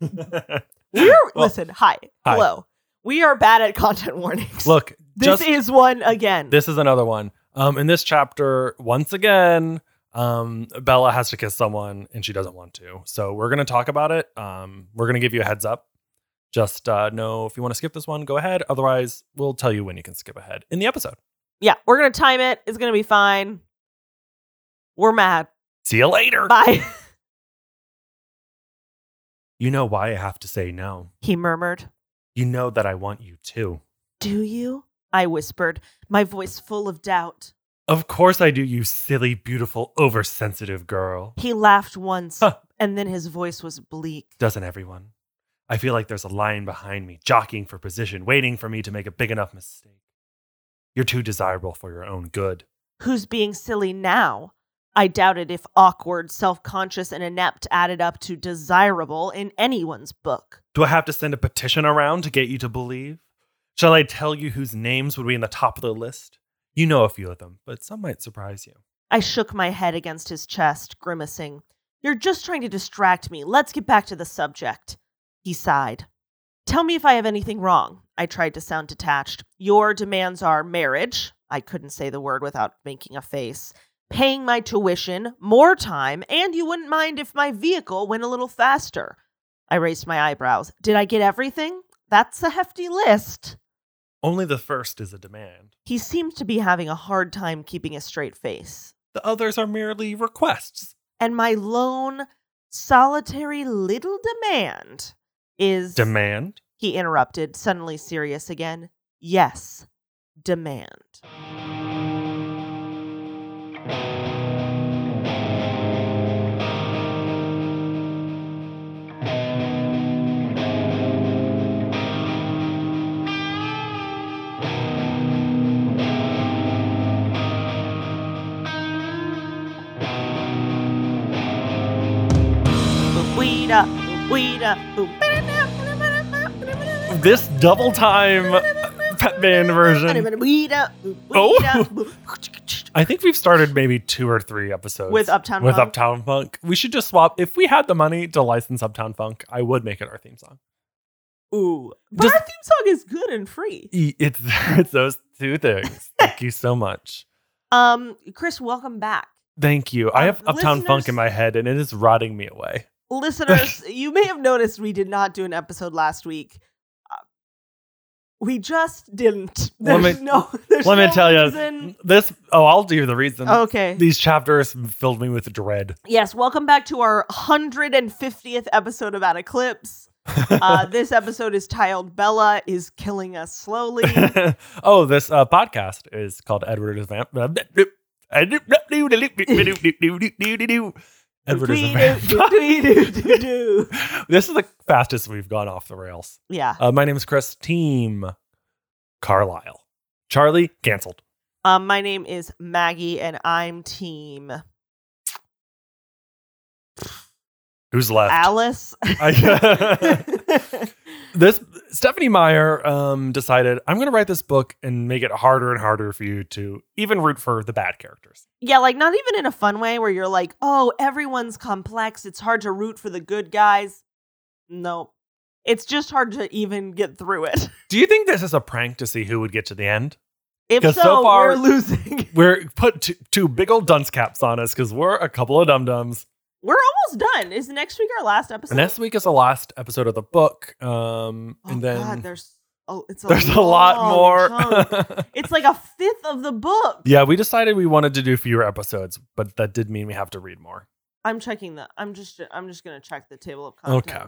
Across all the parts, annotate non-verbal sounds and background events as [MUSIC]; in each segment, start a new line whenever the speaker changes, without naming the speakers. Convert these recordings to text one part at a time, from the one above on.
We're
[LAUGHS] Well,
listen. Hi,
hi.
hello. We are bad at content warnings.
Look,
this
just
is one again.
this is another one. Um, in this chapter, once again, um, Bella has to kiss someone and she doesn't want to. So we're gonna talk about it. Um, we're gonna give you a heads up. Just uh, know if you want to skip this one, go ahead. Otherwise, we'll tell you when you can skip ahead in the episode.
yeah, we're gonna time it. It's gonna be fine. We're mad.
See you later.
Bye. [LAUGHS]
You know why I have to say no.
he murmured.
You know that I want you too.
Do you? I whispered, my voice full of doubt.
Of course I do, you silly, beautiful, oversensitive girl.
He laughed once,
Huh.
and then his voice was bleak.
Doesn't everyone? I feel like there's a lion behind me, jockeying for position, waiting for me to make a big enough mistake. You're too desirable for your own good.
Who's being silly now? I doubted if awkward, self conscious, and inept added up to desirable in anyone's book.
Do I have to send a petition around to get you to believe? Shall I tell you whose names would be in the top of the list? You know a few of them, but some might surprise you.
I shook my head against his chest, grimacing. You're just trying to distract me. Let's get back to the subject. He sighed. Tell me if I have anything wrong. I tried to sound detached. Your demands are marriage. I couldn't say the word without making a face. Paying my tuition, more time, and you wouldn't mind if my vehicle went a little faster. I raised my eyebrows. Did I get everything? That's a hefty list.
Only the first is a demand.
He seemed to be having a hard time keeping a straight face.
The others are merely requests.
and my lone solitary little demand is
Demand?
he interrupted suddenly serious again yes demand Boo-wee-da, boo-wee-da, boo-
This double time Pet Band version.
Boo-wee-da, boo-wee-da,
Oh.
boo-
[LAUGHS] I think we've started maybe two or three episodes
With Uptown
with
Funk?
Uptown Funk. We should just swap. If we had the money to license Uptown Funk, I would make it our theme song.
Ooh. But our
Just-
theme song is good and free.
E- It's, [LAUGHS] it's those two
[LAUGHS]
things. Thank you so much.
Um, Chris, welcome back.
Thank you. I
Um,
have Uptown Funk
listeners-
in my head and it is rotting me away. [LAUGHS]
listeners, you may have noticed we did not do an episode last week. Uh, We just didn't. [LAUGHS]
Let
There's
me-
no. There's
Let me
no
tell
reason.
you, this. Oh, I'll do the reason.
Okay.
These chapters filled me with
[LAUGHS]
dread.
yes. Welcome back to our 150th episode about Eclipse.
[LAUGHS]
Uh, this episode is titled "Bella is Killing Us Slowly."
oh, this uh, podcast is called Edward is Vamp. [LAUGHS] [LAUGHS]
[LAUGHS]
Edward is a Vamp. [LAUGHS]
Doo-doo-doo-doo-doo-doo.
this is the fastest we've gone off the rails.
Yeah.
Uh, my name is Chris Team Carlisle. Charlie canceled.
Um, my name is Maggie, and I'm Team
Who's left?
Alice.
[LAUGHS]
[LAUGHS]
I- [LAUGHS] this Stephanie Meyer um, decided I'm going to write this book and make it harder and harder for you to even root for the bad characters.
Yeah, like not even in a fun way where you're like, oh, everyone's complex. It's hard to root for the good guys. No, it's just hard to even get through it. [LAUGHS]
Do you think this is a prank to see who would get to the end?
If so,
'Cause so far-
we're [LAUGHS] losing.
We're put t- two big old dunce caps on us because we're a couple of dum dums.
we're almost done. Is next week our last episode?
And next week is the last episode of the book, um,
oh,
and then
God, there's oh, it's a
there's a lot
long chunk.
[LAUGHS] more.
it's like a fifth of the book.
yeah, we decided we wanted to do fewer episodes, but that did mean we have to read more.
I'm checking the. I'm just. I'm just gonna check the table of contents.
Okay.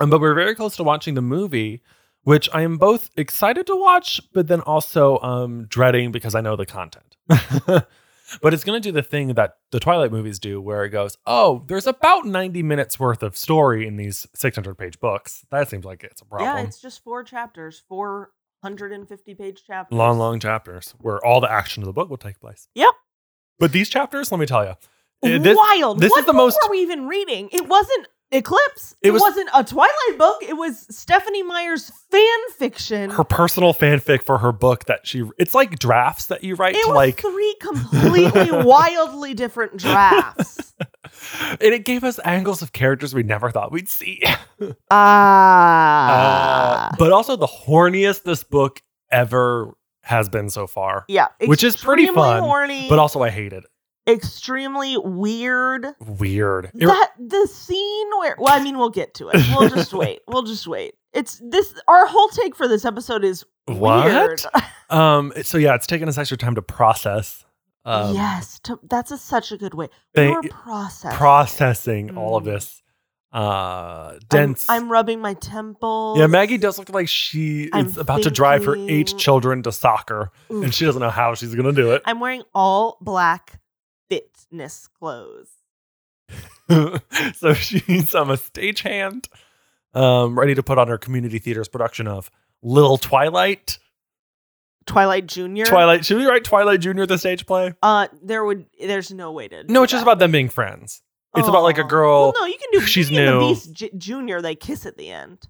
Um, but we're very close to watching the movie, which I am both excited to watch, but then also um, dreading because I know the content. but it's going to do the thing that the Twilight movies do, where it goes, oh, there's about 90 minutes worth of story in these 600 page books. That seems like it's a problem.
Yeah, it's just four chapters, four hundred and fifty page chapters.
long, long chapters where all the action of the book will take place.
Yep.
But these chapters, let me tell you, this,
Wild.
eh, this
What
is the
book
most-
were we even reading? It wasn't Eclipse.
It
It,
was-
was, not a Twilight book. It was Stephanie Meyer's fan fiction.
Her personal fanfic for her book that she it's like drafts that you write
it
to
was
like
three
[LAUGHS]
completely wildly different drafts.
[LAUGHS] and it gave us angles of characters we never thought we'd see. [LAUGHS]
Ah.
Uh, but also the horniest this book ever has been so far.
yeah.
which is pretty
extremely
fun,
Horny,
But also I hate it.
extremely weird.
Weird. It-
that the scene where well i mean we'll get to it we'll
[LAUGHS]
just wait we'll just wait it's this our whole take for this episode is weird [LAUGHS]
Um so yeah, it's taken us extra time to process. Um,
yes to, that's a, such a good way
they-
we're processing
processing all of
Mm.
this. Uh
I'm-
dense.
I'm, rubbing my temples
yeah, Maggie does look like she
I'm
is about to drive her eight
thinking-
children to soccer,
Ooh.
and she doesn't know how she's gonna do it.
i'm wearing all black fitness clothes
[LAUGHS] so she's um, a stagehand, um, ready to put on her community theater's production of Little Twilight.
twilight junior
Twilight. Should we write Twilight Junior the stage play?
uh there would there's no way to do
No, it's just
that.
about them being friends. it's about, like, a
Aw.
girl-
well, no you can do
she's
she's Beauty and
new.
the beast J- junior they kiss at the end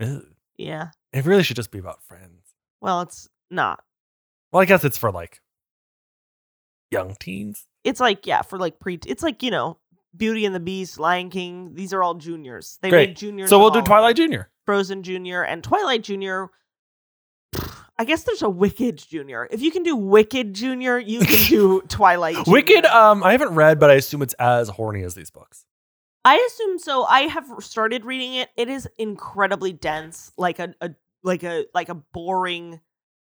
Ew.
yeah
It really should just be about friends.
well it's not
Well, I guess it's for like young teens.
it's like yeah for like pre it's like you know beauty and the beast lion king these are all juniors they
Great.
made juniors
So
of
we'll do
all
Twilight
of them.
Junior.
frozen junior and twilight junior [SIGHS] i guess there's a wicked junior if you can do wicked junior you
[LAUGHS]
can do twilight Junior.
Wicked. Um, I haven't read, but I assume it's as horny as these books.
i assume so i have started reading it it is incredibly dense like a, a like a like a boring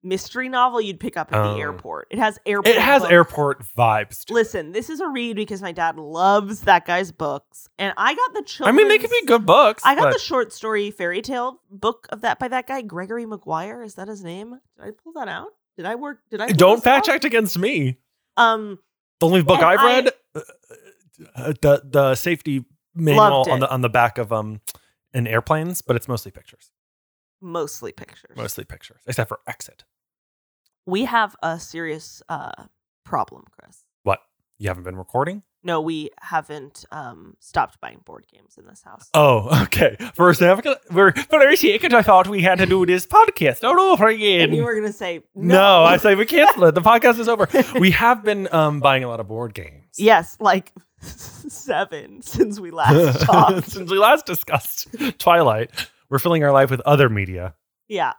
mystery novel you'd pick up at
Oh.
the airport it has airport
It has
books.
airport vibes. to it.
Listen, this is a read because my dad loves that guy's books, and I got the
I
children's.
mean, they could be good books.
I got
but-
the short story fairy tale book of that by that guy Gregory McGuire. Is that his name? Did I pull that out? Did I work? Did I pull
Don't
this
fact
out?
check against me.
Um,
The only book
And
I've
I-
read, uh, uh, the the safety manual
Loved
on
it.
the on the back of um in airplanes, but it's mostly pictures.
mostly pictures.
Mostly pictures, except for Exit.
We have a serious uh problem, Chris.
What you haven't been recording?
No, we haven't um stopped buying board games in this house.
Oh, [LAUGHS] okay. First, I forgot- we're very second. I thought we had to do this podcast all over again.
and you were gonna say
no. I say we cancel it. The podcast is over. we have been um, buying a lot of board games.
[LAUGHS] yes, like [LAUGHS] seven since we
[LAUGHS]
last talked.
Since we last discussed Twilight, we're filling our life with other media.
Yeah.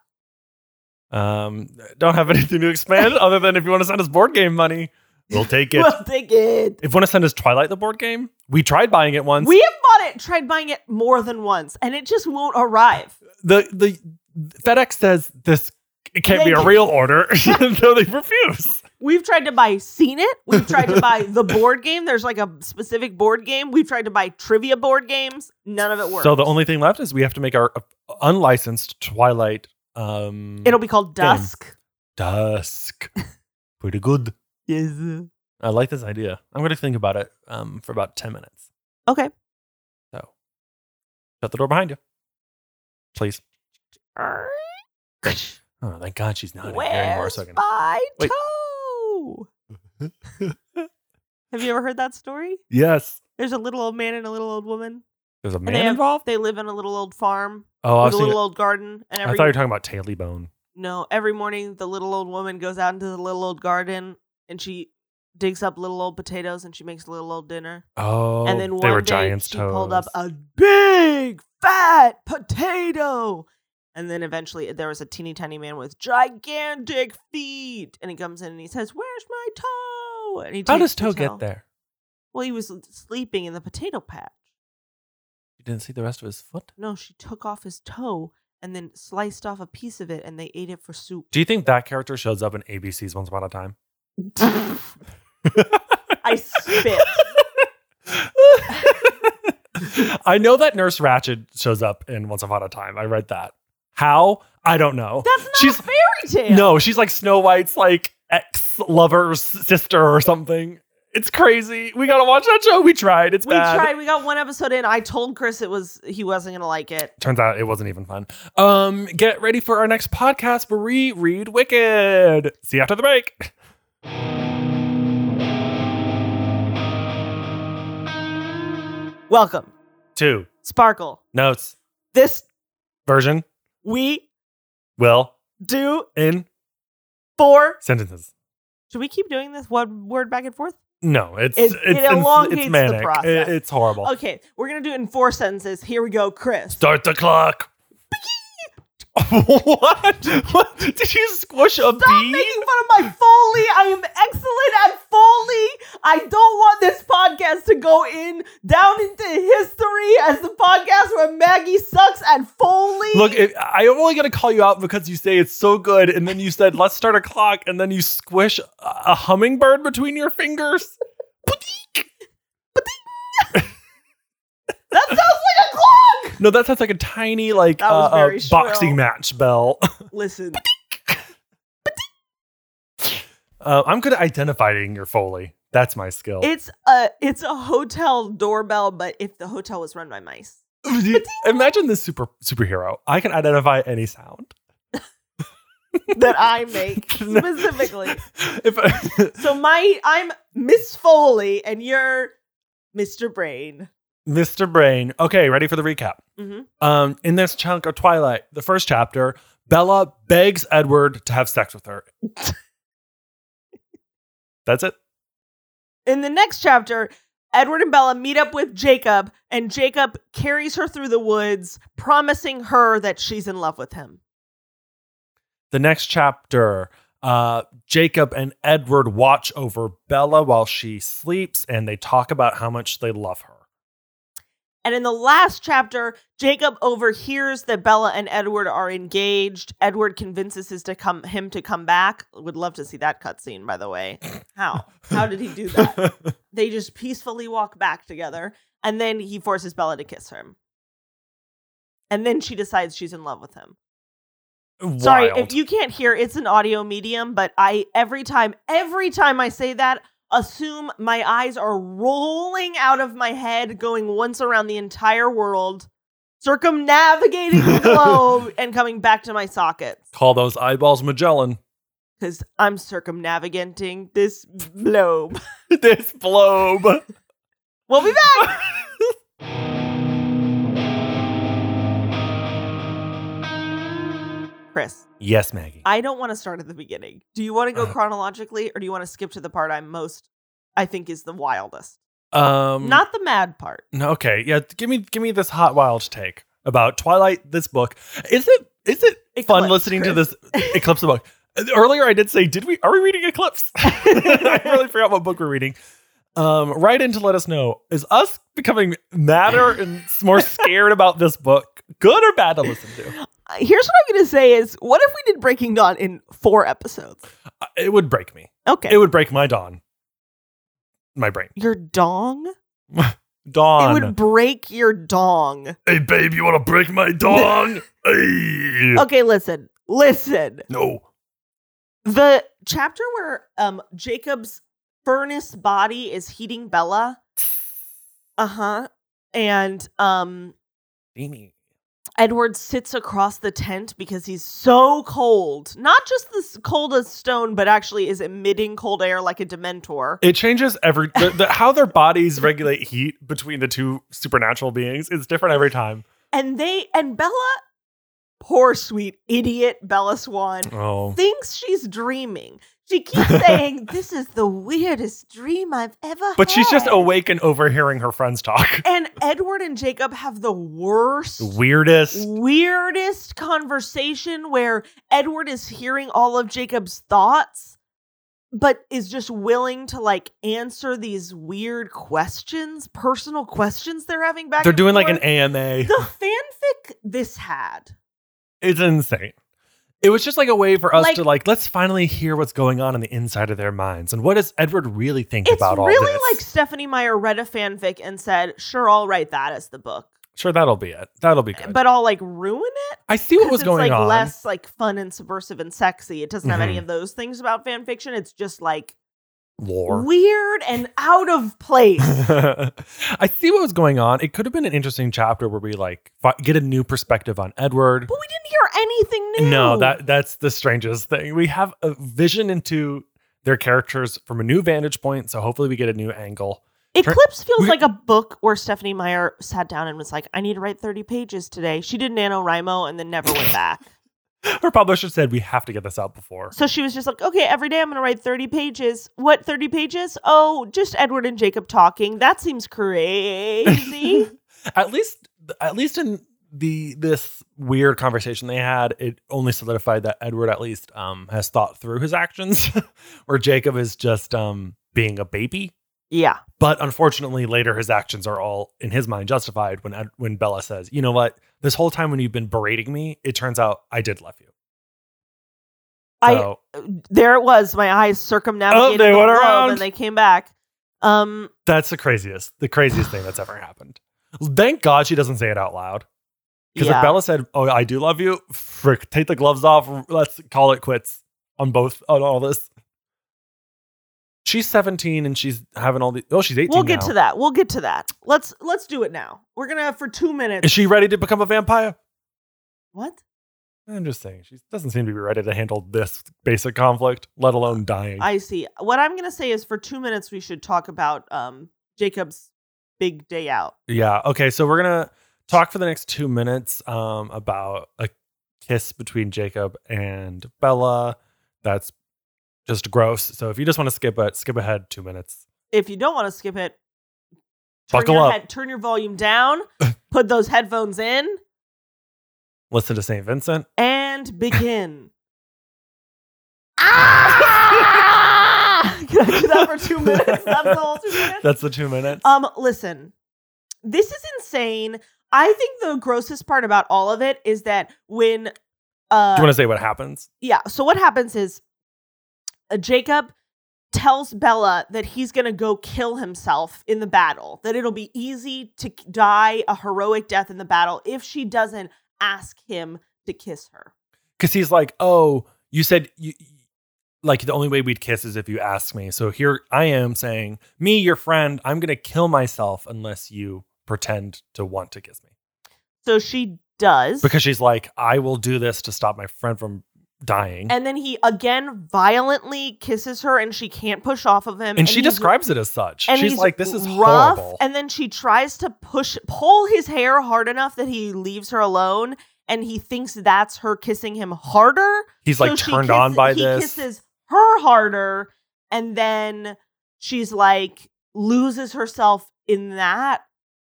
Um, don't have anything to [LAUGHS] expand other than if you want to send us board game money, we'll take it.
[LAUGHS] We'll take it.
if you want to send us Twilight the board game, we tried buying it once.
We have bought it, tried buying it more than once, and it just won't arrive.
the the FedEx says this it can't be
They
a
can-
real order, [LAUGHS] so they refuse.
We've tried to buy Seen It. We've tried
[LAUGHS]
to buy the board game. There's like a specific board game. We've tried to buy trivia board games. None of it works.
So the only thing left is we have to make our uh, unlicensed Twilight. Um,
It'll be called Dusk.
dusk. [LAUGHS] Pretty good.
Yes.
I like this idea. I'm going to think about it um, for about ten minutes.
Okay.
So shut the door behind you, please. Oh, thank God she's not in here anymore.
Where's
So I can
my
Wait.
toe? [LAUGHS] have you ever heard that story?
Yes.
There's a little old man and a little old woman.
There's a
And
man
they have-
involved.
They live in a little old farm
Oh, I've
with a
seen
little
it.
old garden. And
I
every
thought you were talking about Tailbone.
No, every morning the little old woman goes out into the little old garden and she digs up little old potatoes and she makes a little old dinner.
Oh,
and then one
they were
day
giants
she
toes.
pulled up a big fat potato. And then eventually there was a teeny tiny man with gigantic feet, and he comes in and he says, "Where's my toe?" And he
How
takes
does
the
Toe get there?
Well, he was sleeping in the potato patch.
You didn't see the rest of his foot.
No, she took off his toe and then sliced off a piece of it, and they ate it for soup.
Do you think that character shows up in ABC's Once Upon a Time? [LAUGHS]
I spit.
I know that Nurse Ratchet shows up in Once Upon a Time. I read that. How? I don't know.
That's not
She's-
a fairy tale.
No, she's like Snow White's like ex lover's sister or something. It's crazy. We gotta watch that show. We tried. It's
we
bad.
tried. We got one episode in. I told Chris it was he wasn't gonna like it.
Turns out it wasn't even fun. Um, get ready for our next podcast where we read Wicked. See you after the break. [LAUGHS]
Welcome
Two
Sparkle.
notes
This
version
we
will
do
in
for.
sentences.
Should we keep doing this one word back and forth?
No, it's
It-
it's,
it
it's,
elongates the
it's manic. It-
process.
it's horrible.
Okay, we're gonna do it in four sentences. Here we go, Chris.
Start the clock. [LAUGHS] what? What? Did you squash a
Stop
bee?
making fun of my Foley. I am excellent at Foley. I don't want this podcast to go in down into history as the podcast where Maggie sucks at Foley.
Look, if, I'm only gonna call you out because you say it's so good, and then you said let's start a clock, and then you squish a, a hummingbird between your fingers.
that sounds like a clock.
No, that sounds like a tiny like
That was
uh, uh,
very shrill.
boxing match bell.
[LAUGHS] Listen,
[LAUGHS] Uh, I'm good at identifying your foley. That's my skill. [LAUGHS]
it's a it's a hotel doorbell, but if the hotel was run by mice, [LAUGHS]
Imagine this super superhero. I can identify any sound. [LAUGHS]
that I make
No.
specifically.
If [LAUGHS]
So my I'm Miss Foley, and you're Mr. Brain.
Mr. Brain. Okay, ready for the recap.
Mhm.
Um, in this chunk of Twilight, the first chapter, Bella begs Edward to have sex with
[LAUGHS]
her. That's it.
In the next chapter, Edward and Bella meet up with Jacob, and Jacob carries her through the woods, promising her that she's in love with him.
The next chapter, uh, Jacob and Edward watch over Bella while she sleeps, and they talk about how much they love her.
And in the last chapter, Jacob overhears that Bella and Edward are engaged. Edward convinces his to come him to come back. Would love to see that cutscene, by the way. How? How did he do that?
[LAUGHS]
They just peacefully walk back together, and then he forces Bella to kiss him. And then she decides she's in love with him. Sorry,
Wild.
if you can't hear, it's an audio medium, but I every time, every time I say that, assume my eyes are rolling out of my head, going once around the entire world, circumnavigating the globe, and coming back to my sockets.
Call those eyeballs Magellan. [LAUGHS]
Because I'm circumnavigating this globe.
this blobe.
We'll be back. Chris,
yes, Maggie.
I don't want to start at the beginning. Do you want to go
Uh.
chronologically or do you want to skip to the part I'm most, I think is the wildest?
Um,
Not the mad part.
No, Okay, yeah. Give me give me this hot wild take about Twilight. This book is it is it fun
Eclipse,
listening to
Chris.
this Eclipse book? Earlier, I did say, did we are we reading [LAUGHS] Eclipse? I really forgot what book we're reading. Um, write in to let us know. Is us becoming madder and s- more scared about this book good or bad to listen to?
Uh, Here's what I'm going to say is what if we did Breaking Dawn in four episodes?
Uh, It would break me.
Okay.
It would break my dawn. My brain.
your dong?
Dawn.
It would break your dong.
hey, babe, you want to break my [LAUGHS] dawn? hey.
Okay, listen. Listen.
No.
The chapter where um Jacob's furnace body is heating Bella. Uh-huh. And um
Steamy.
Edward sits across the tent because he's so cold. Not just this cold as stone, but actually is emitting cold air like a dementor.
It changes every the, the, how their bodies regulate heat between the two supernatural beings is different every time.
And they and Bella, poor sweet idiot
[LAUGHS]
Bella Swan,
Oh,
thinks she's dreaming. She keeps saying,
[LAUGHS]
This is the weirdest dream I've ever
but she's just
had."
awake and overhearing her friends talk.
And Edward and Jacob have the worst,
Weirdest.
weirdest conversation where Edward is hearing all of Jacob's thoughts, but is just willing to like answer these weird questions, personal questions they're having back.
They're
and
doing like an
forth.
AMA.
the fanfic this had.
It's insane. It was just like a way for us
Like-
to like let's finally hear what's going on in the inside of their minds and what does Edward really think
It's
about all
really
this?
like Stephanie Meyer read a fanfic and said, "Sure, I'll write that as the book,
sure, that'll be it. That'll be good.
but I'll like ruin it."
I see what
'Cause
was
it's,
going
like
on.
less like fun and subversive and sexy. It doesn't have any
Mhm.
of those things about fan fiction. It's just like
Lore.
weird and out of
[LAUGHS]
place.
I see what was going on. It could have been an interesting chapter where we like fi- get a new perspective on Edward.
But we didn't hear anything new.
No, that that's the strangest thing. We have a vision into their characters from a new vantage point, so hopefully we get a new angle. Turn-
Eclipse feels
We-
like a book where Stephanie Meyer sat down and was like, I need to write 30 pages today. She did NaNoWriMo and then never
[LAUGHS]
went back.
Her publisher said we have to get this out before.
So she was just like, okay, every day I'm going to write 30 pages. What 30 pages? Oh, just Edward and Jacob talking. That seems
[LAUGHS]
crazy.
at least at least in the this weird conversation they had, it only solidified that Edward at least um has thought through his actions, [LAUGHS] where Jacob is just um being a baby.
yeah.
But unfortunately, later his actions are all in his mind justified when Ed, when Bella says, "You know what? This whole time when you've been berating me, it turns out I did love you."
I-
So, Oh,
There it was. My eyes circumnavigated
they
the
went
globe
around.
and they came back. Um,
that's the craziest, the craziest thing that's ever happened. Thank God she doesn't say it out loud. Because
yeah.
if Bella said, "Oh, I do love you," frick, take the gloves off. Let's call it quits on both on all this. She's seventeen and she's having all the. Oh, she's eighteen.
we'll get
now.
to that. We'll get to that. Let's let's do it now. We're going to have for 2 minutes.
Is she ready to become a vampire?
what?
I'm just saying she doesn't seem to be ready to handle this basic conflict, let alone dying.
I see. What I'm going to say is for 2 minutes we should talk about um Jacob's big day out.
yeah. Okay. So we're gonna talk for the next two minutes um, about a kiss between Jacob and Bella. That's just gross. So if you just want to skip it, skip ahead two minutes.
If you don't want to skip it, turn
Buckle
your
up.
head- turn your
[LAUGHS]
volume down, put those headphones in.
Listen to Saint Vincent.
and
[LAUGHS]
begin. [LAUGHS] ah! [LAUGHS] Can I do that
[LAUGHS]
for two minutes? That's the whole two minutes.
That's the two minutes.
Um, listen, this is insane. I think the grossest part about all of it is that when, uh,
Do you want to say what happens?
yeah. So what happens is, uh, Jacob tells Bella that he's gonna go kill himself in the battle. That it'll be easy to k- die a heroic death in the battle if she doesn't ask him to kiss her.
Because he's like, oh, you said you, like the only way we'd kiss is if you ask me. So here I am saying, me, your friend, I'm gonna kill myself unless you pretend to want to kiss me.
So she does.
Because she's like, I will do this to stop my friend from dying. And,
and then he again violently kisses her and she can't push off of him.
she
he's-
describes it as such.
and
she's
he's
like, this is
rough.
horrible.
And then she tries to push pull his hair hard enough that he leaves her alone and he thinks that's her kissing him harder.
he's like
So she
turned on
kisses-
by
he
this.
kisses her harder and then she's like loses herself in that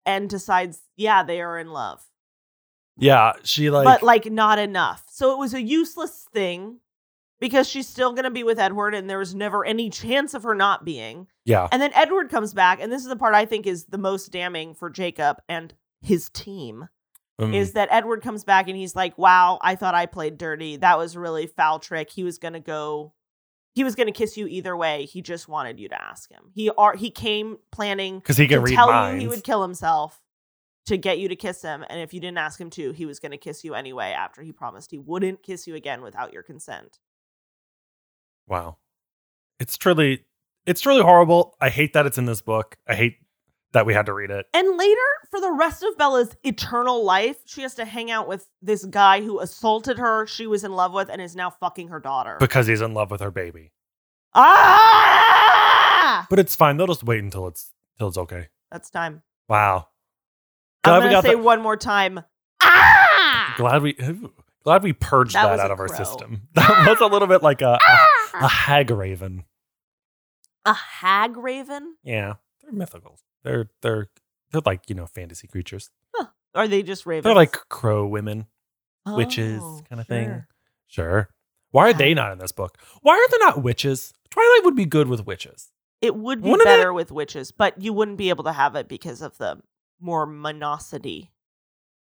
and decides, yeah, they are in love.
yeah, she like,
but like not enough. So it was a useless thing because she's still going to be with Edward and there was never any chance of her not being.
yeah,
And then Edward comes back and this is the part I think is the most damning for Jacob and his team
Mm.
is that Edward comes back and he's like, "Wow, I thought I played dirty. That was really foul trick. He was going to go he was going to kiss you either way. He just wanted you to ask him. He are he came planning
Because he can
to
read
tell
minds.
you he would kill himself to get you to kiss him, and if you didn't ask him to, he was going to kiss you anyway. After he promised he wouldn't kiss you again without your consent.
Wow. It's truly it's truly horrible. I hate that it's in this book. I hate that we had to read it.
And later, for the rest of Bella's eternal life, she has to hang out with this guy who assaulted her, she was in love with, and is now fucking her daughter.
Because he's in love with her baby.
ah!
But it's fine. They'll just wait until it's till it's okay.
That's time.
Wow.
I'm
Glad we
gonna
got
say
that.
one more time. Ah!
Glad we ooh, glad we purged
That
that,
was
out
a
of our
crow.
system. [LAUGHS] That was a little bit like a a,
[LAUGHS]
a hag raven.
A hag raven?
Yeah. They're mythical. They're they're they're like, you know, fantasy creatures.
Or are they just ravens?
They're like crow women,
Oh,
witches kind of thing.
sure.
Sure. Why are they not in this book? Why are they not witches? Twilight would be good with witches.
It would be
Wouldn't it?
better with witches, but you wouldn't be able to have it because of the more monosity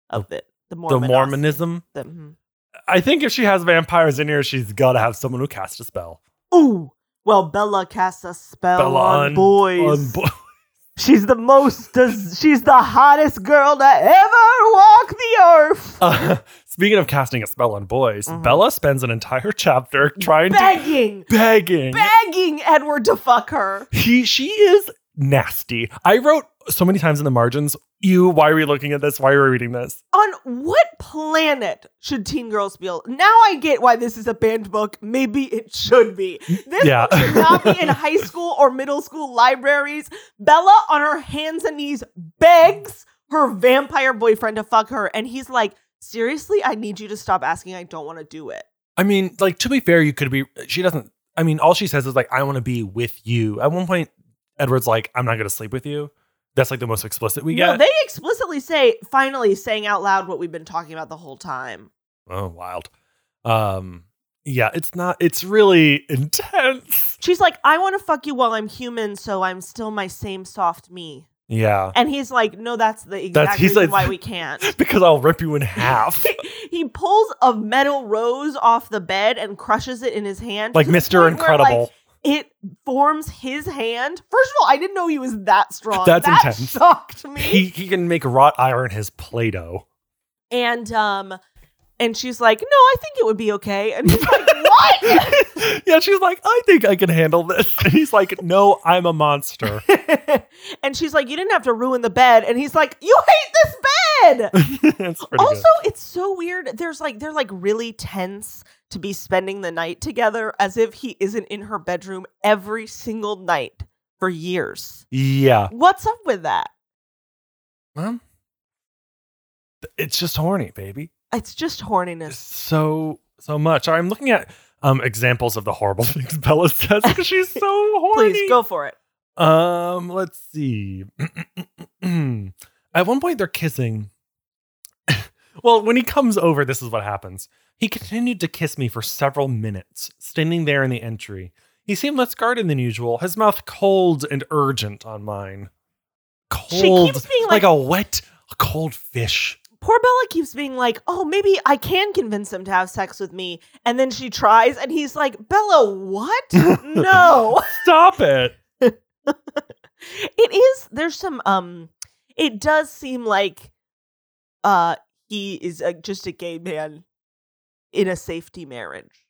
of it. The,
the
Mormonosity.
Mormonism.
The- mhm.
I think if she has vampires in here, she's got to have someone who cast a spell.
hmm. Ooh. Well, Bella casts a spell
Bella
on,
on-
boys.
on bo-
she's the most. she's the hottest girl to ever walk the earth.
Uh, [LAUGHS] speaking of casting a spell on boys,
Mhm.
Bella spends an entire
[LAUGHS]
chapter trying to
Begging,
begging.
begging Edward to fuck her.
he she is nasty. I wrote so many times in the margins, "You, why are we looking at this? Why are we reading this?"
On what planet should Teen Girls be? al- Now I get why this is a banned book. Maybe it should be. This
Yeah.
book should not be
[LAUGHS]
in high school or middle school libraries. Bella on her hands and knees begs her vampire boyfriend to fuck her, and he's like, "Seriously, I need you to stop asking. I don't want to do it."
I mean, like to be fair, you could be. She doesn't. I mean, all she says is like, "I want to be with you." At one point, Edward's like, "I'm not going to sleep with you." That's like the most explicit we
No,
get.
they explicitly say, finally saying out loud what we've been talking about the whole time.
oh, wild. Um, yeah, it's not. It's really [LAUGHS] intense.
She's like, "I want to fuck you while I'm human, so I'm still my same soft me."
Yeah, [LAUGHS]
And he's like, no, that's the exact
That's- he's
reason
like-
why
[LAUGHS]
we can't. [LAUGHS]
because I'll rip you in half,
he pulls a metal rose off the bed and crushes it in his hand.
like
to the
Mister
point where, like,
Incredible.
it forms his hand. First of all, I didn't know he was that strong.
That's
that
intense.
shocked me.
he he can make wrought iron his play-doh. [LAUGHS]
and um and she's like, no, I think it would be okay. And
[LAUGHS]
he's like, what?
yeah, she's like, I think I can handle this. [LAUGHS] And he's like, No, I'm a monster. [LAUGHS]
and she's like, you didn't have to ruin the bed. And he's like, you hate this bed.
That's pretty
also, it's so weird. There's like they're like really tense to be spending the night together as if he isn't in her bedroom every single night for years.
good. Yeah.
What's up with that?
Well, it's just horny, baby.
It's just
It's
horniness.
so so much. All right, I'm looking at um examples of the horrible [LAUGHS] things Bella says because she's so horny.
Please go for it.
Um, let's see. [CLEARS THROAT] At one point, they're kissing. [LAUGHS] well, when he comes over, this is what happens. He continued to kiss me for several minutes, standing there in the entry. He seemed less guarded than usual, his mouth cold and urgent on mine. Cold,
keeps being
like,
like-
a wet, cold fish.
Poor Bella keeps being like, "Oh, maybe I can convince him to have sex with me." And then she tries and he's like, "Bella, what?
[LAUGHS]
no."
Stop it.
[LAUGHS] It is there's some um it does seem like uh he is uh just a gay man in a safety marriage.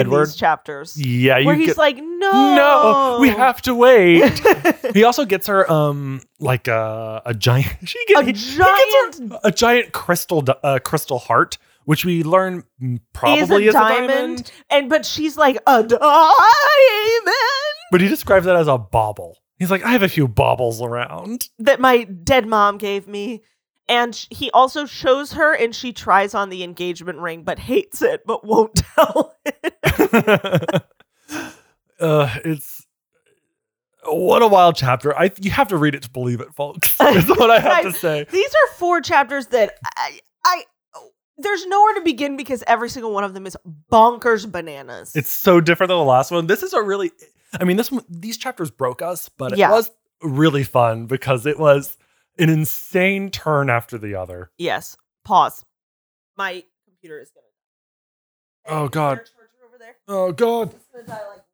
[LAUGHS] Edward.
these chapters
Yeah, you
where he's
get.
like, no,
no, we have to wait.
[LAUGHS]
[LAUGHS] he also gets her um like a a giant [LAUGHS] she get,
a
he-
giant
a giant crystal d- uh, crystal heart which we learn mm, probably is,
a
a, diamond.
diamond. and but she's like a diamond
but he describes that as a bauble he's like i have a few baubles around [LAUGHS]
that my dead mom gave me. And sh- he also shows her, and she tries on the engagement ring, but hates it, but won't [LAUGHS] tell.
uh it's what a wild chapter i you have to read it to believe it folks [LAUGHS] is what i have to say
These are four chapters that I, I, there's nowhere to begin because every single one of them is bonkers bananas.
it's so different than the last one this is a really i mean this one these chapters broke us but it
Yeah.
was really fun because it was an insane turn after the other
yes. Pause. My computer is gonna.
Oh,
Is
God.
there a charger over there?
oh god
It's gonna die like.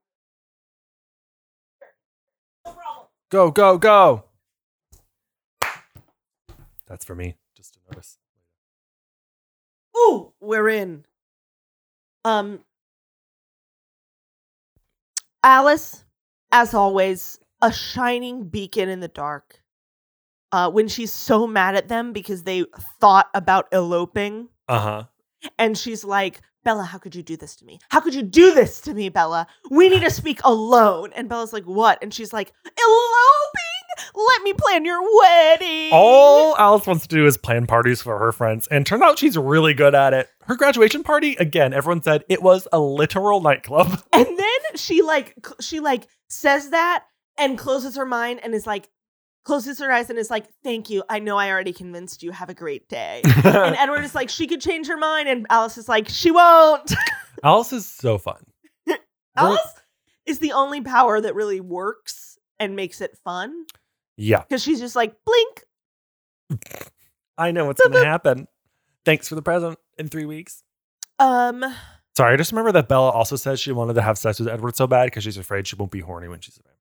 No problem.
Go, go, go. That's for me, just to notice.
Ooh, we're in. Um, Alice, as always, a shining beacon in the dark. Uh, when she's so mad at them because they thought about eloping,
Uh huh.
and she's like, Bella, how could you do this to me? How could you do this to me, Bella? We need to speak alone. And Bella's like, what? And she's like, eloping? Let me plan your wedding.
All Alice wants to do is plan parties for her friends, and turns out she's really good at it. Her graduation party, again, everyone said it was a literal [LAUGHS] nightclub.
And then she like cl- she like says that and closes her mind and is like closes her eyes and is like, "Thank you. I know I already convinced you. Have a great day."
[LAUGHS]
and Edward is like, "She could change her mind." And Alice is like, "She won't." [LAUGHS]
Alice is so fun. Well-
Alice is the only power that really works and makes it fun
Yeah,
cuz she's just like, "Blink."
I know what's going to happen. Thanks for the present in three weeks.
Um
Sorry, I just remember that Bella also says she wanted to have sex with Edward so bad because she's afraid she won't be horny when she's a vampire.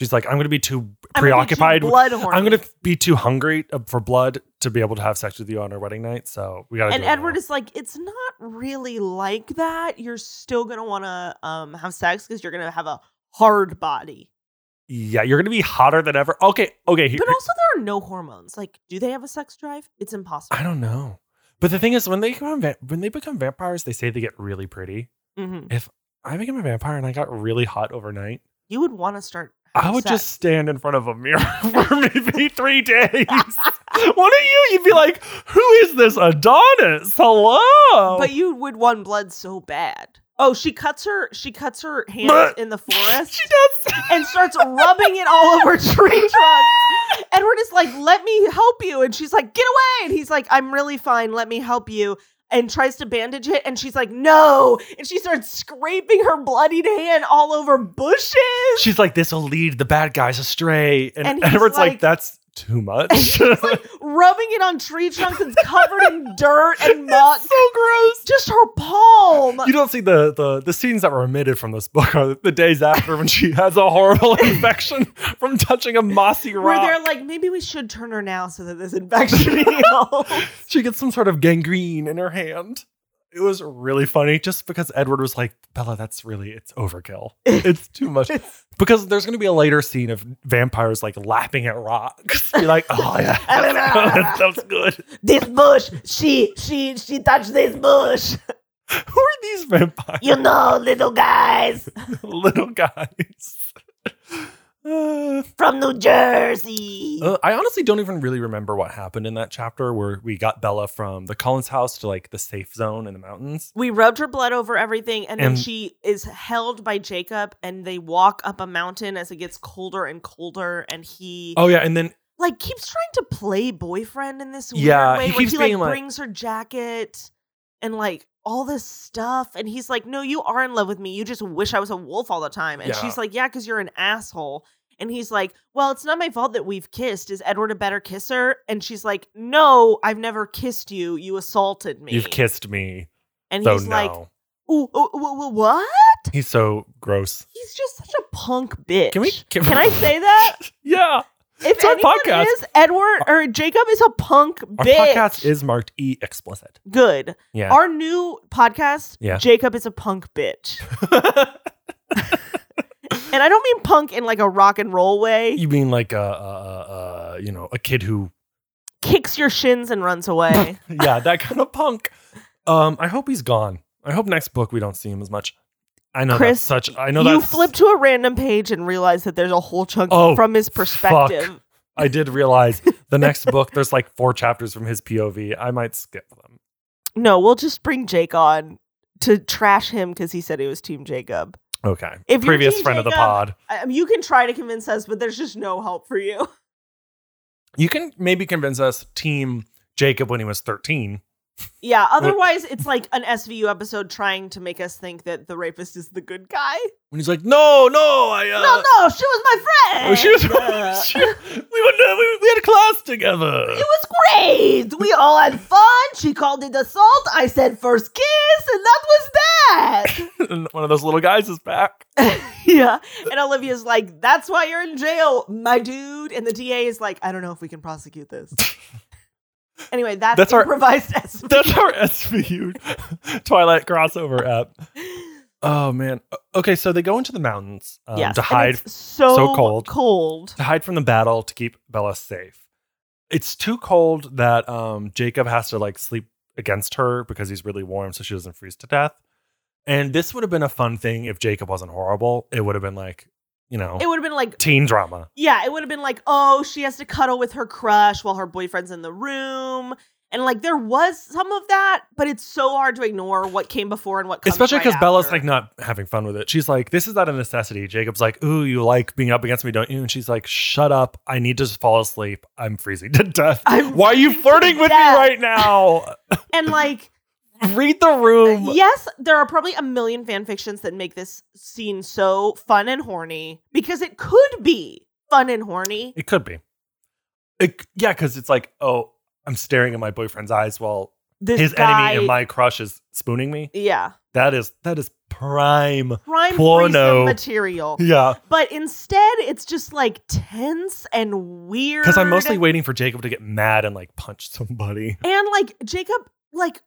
She's like, I'm going to be too
I'm gonna be too
preoccupied
blood horny.
I'm gonna be too hungry uh, for blood to be able to have sex with you on our wedding night, so we gotta.
and
do it
Edward
now.
is like, it's not really like that. You're still gonna want to um, have sex because you're gonna have a hard body.
yeah, you're gonna be hotter than ever. Okay, okay. Here,
But also, there are no hormones. Like, do they have a sex drive? It's impossible.
I don't know. But the thing is, when they become va- when they become vampires, they say they get really pretty.
Mhm.
I became a vampire and I got really hot overnight.
You would want
[LAUGHS]
to start.
I
having
would
sex.
just stand in front of a mirror [LAUGHS] for
[LAUGHS]
maybe three days. what are you? You'd be like, who is this Adonis? Hello.
But you would want blood so bad. Oh, she cuts her. She cuts her hands
But-
in
[LAUGHS]
the
[LAUGHS] she
forest
does.
and starts rubbing it all
[LAUGHS]
over tree trunks. Edward is like, "Let me help you," and she's like, "Get away!" And he's like, "I'm really fine. Let me help you." And tries to bandage it, and she's like, "No!" And she starts scraping her bloodied hand all over bushes.
She's like, this will lead the bad guys astray. And,
And he's
Edward's like,
like-
that's too much.
And
[LAUGHS]
she's like rubbing it on tree trunks that's covered [LAUGHS] in dirt and muck.
It's so gross.
Just her palm.
You don't see the, the the scenes that were omitted from this book are the days after when she has a
[LAUGHS]
horrible infection from touching a mossy
where
rock.
they're like, maybe we should turn her now so that this infection [LAUGHS] heals.
she gets some sort of gangrene in her hand. It was really funny just because Edward was like, Bella, that's really, it's overkill. It's too
[LAUGHS]
much.
It's-
because there's going to be a later scene of vampires like lapping at rocks. You're like, oh,
[LAUGHS]
yeah. [LAUGHS] That's, that's good.
this bush, she, she, she touched this bush.
Who are these vampire
You know, little guys
[LAUGHS] little guys? [LAUGHS] Uh,
from New Jersey.
uh, I honestly don't even really remember what happened in that chapter where we got Bella from the Collins house to like the safe zone in the mountains.
we rubbed her blood over everything, and then
And-
she is held by Jacob, and they walk up a mountain as it gets colder and colder, and he
Oh, yeah. And then
like keeps trying to play boyfriend in this weird
Yeah,
way
he
where
keeps
he like,
being like-
brings her jacket and like all this stuff and he's like no you are in love with me you just wish i was a wolf all the time and
Yeah.
she's like yeah because you're an asshole and he's like well it's not my fault that we've kissed is edward a better kisser and she's like no i've never kissed you you assaulted me
you've kissed me.
and
So
he's
no.
like ooh, oh, ooh, ooh, ooh, what
He's so gross.
he's just such a punk bitch
Can we?
can
[LAUGHS]
i say that
Yeah.
if
our
anyone
podcast.
is Edward or Jacob is a punk
Our
bitch.
podcast is marked E explicit.
good.
Yeah.
Our new podcast,
Yeah.
Jacob is a punk bitch, and I don't mean punk in like a rock and roll way.
you mean like uh, a, a, a, a, uh, you know, a kid who, [LAUGHS]
Kicks your shins and runs away.
yeah, that kind of punk. Um, I hope he's gone. I hope next book we don't see him as much. I know
Chris,
that's such. I know
you
that's.
flip to a random page and realize that there's a whole chunk
Oh,
from his perspective.
I did realize
[LAUGHS]
the next book. There's like four chapters from his POV. I might skip them.
No, we'll just bring Jake on to trash him because he said he was Team Jacob.
Okay.
If you're
Previous
Team
friend of the
Jacob-
pod.
I, I mean, you can try to convince us, but there's just no help for you. [LAUGHS]
You can maybe convince us team Jacob when he was 13.
Yeah, otherwise it's like an SVU episode trying to make us think that the rapist is the good guy.
When he's like, no, no, I. Uh,
no, no, she was my friend.
Oh, she was,
[LAUGHS]
[LAUGHS]
Uh,
she- we, went, uh, we, we had a class together.
it was great. We all had fun. She called it assault. I said first kiss, and that was
[LAUGHS]
that.
And One of those little guys is back.
yeah. And Olivia's like, that's why you're in jail, my dude. And the DA is like, I don't know if we can
[LAUGHS]
prosecute this. anyway, that's,
That's our-
improvised SVU.
That's our SVU [LAUGHS] Twilight crossover
[LAUGHS]
app. Oh man. Okay, so they go into the mountains [LAUGHS] um,
Yes,
to
and
hide
it's so,
so cold.
Cold.
to hide from the battle to keep Bella safe. It's too cold that um, Jacob has to like sleep against her because he's really warm, so she doesn't freeze to death. And this would have been a fun thing if Jacob wasn't horrible. It would have been like, you know,
It would have been like
teen drama.
Yeah, it would have been like, oh, she has to cuddle with her crush while her boyfriend's in the room. And like there was some of that, but it's so hard to ignore what came before and what comes
Especially
because
because Bella's like not having fun with it. She's like, "This is not a necessity." Jacob's like, "Ooh, you like being up against me, don't you?" And she's like, "Shut up! I need to just fall asleep. I'm freezing to [LAUGHS] death.
I'm
Why are you
freezing to
flirting with
death."
me right
[LAUGHS]
now?
And like,
[LAUGHS] Read the room."
yes, there are probably a million fan fictions that make this scene so fun and horny because it could be fun and horny.
It could be. It, c- yeah, because it's like, oh, I'm staring at my boyfriend's eyes while
This
his
guy,
enemy and my crush is spooning me.
yeah,
That is that is prime.
prime
Porno.
threesome material.
Yeah,
But instead, it's just like tense and weird.
because I'm mostly waiting for Jacob to get mad and like punch somebody.
And like Jacob, like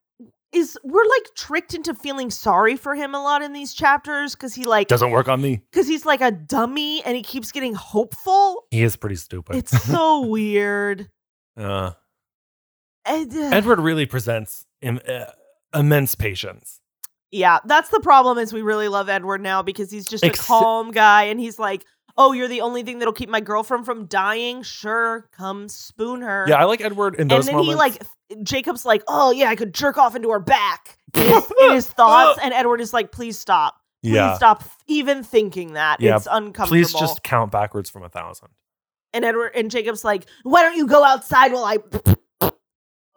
is we're like tricked into feeling sorry for him a lot in these chapters because he like
Doesn't work on me.
because he's like a dummy and he keeps getting hopeful.
He is pretty stupid.
It's
[LAUGHS]
so weird.
Uh,
And, uh,
Edward really presents Im- uh, immense patience.
yeah, that's the problem. Is we really love Edward now because he's just
Ex-
a calm guy and he's like, oh, you're the only thing that'll keep my girlfriend from dying. Sure, come spoon her.
Yeah, I like Edward in
and
those
then
moments.
he like f- Jacob's like, oh yeah, I could jerk off into
[LAUGHS]
her back in his, in his thoughts, and Edward is like, please stop, please
yeah,
stop th- even thinking that.
Yeah,
It's uncomfortable.
please just count backwards from a thousand.
and Edward and Jacob's like, why don't you go outside while I [LAUGHS]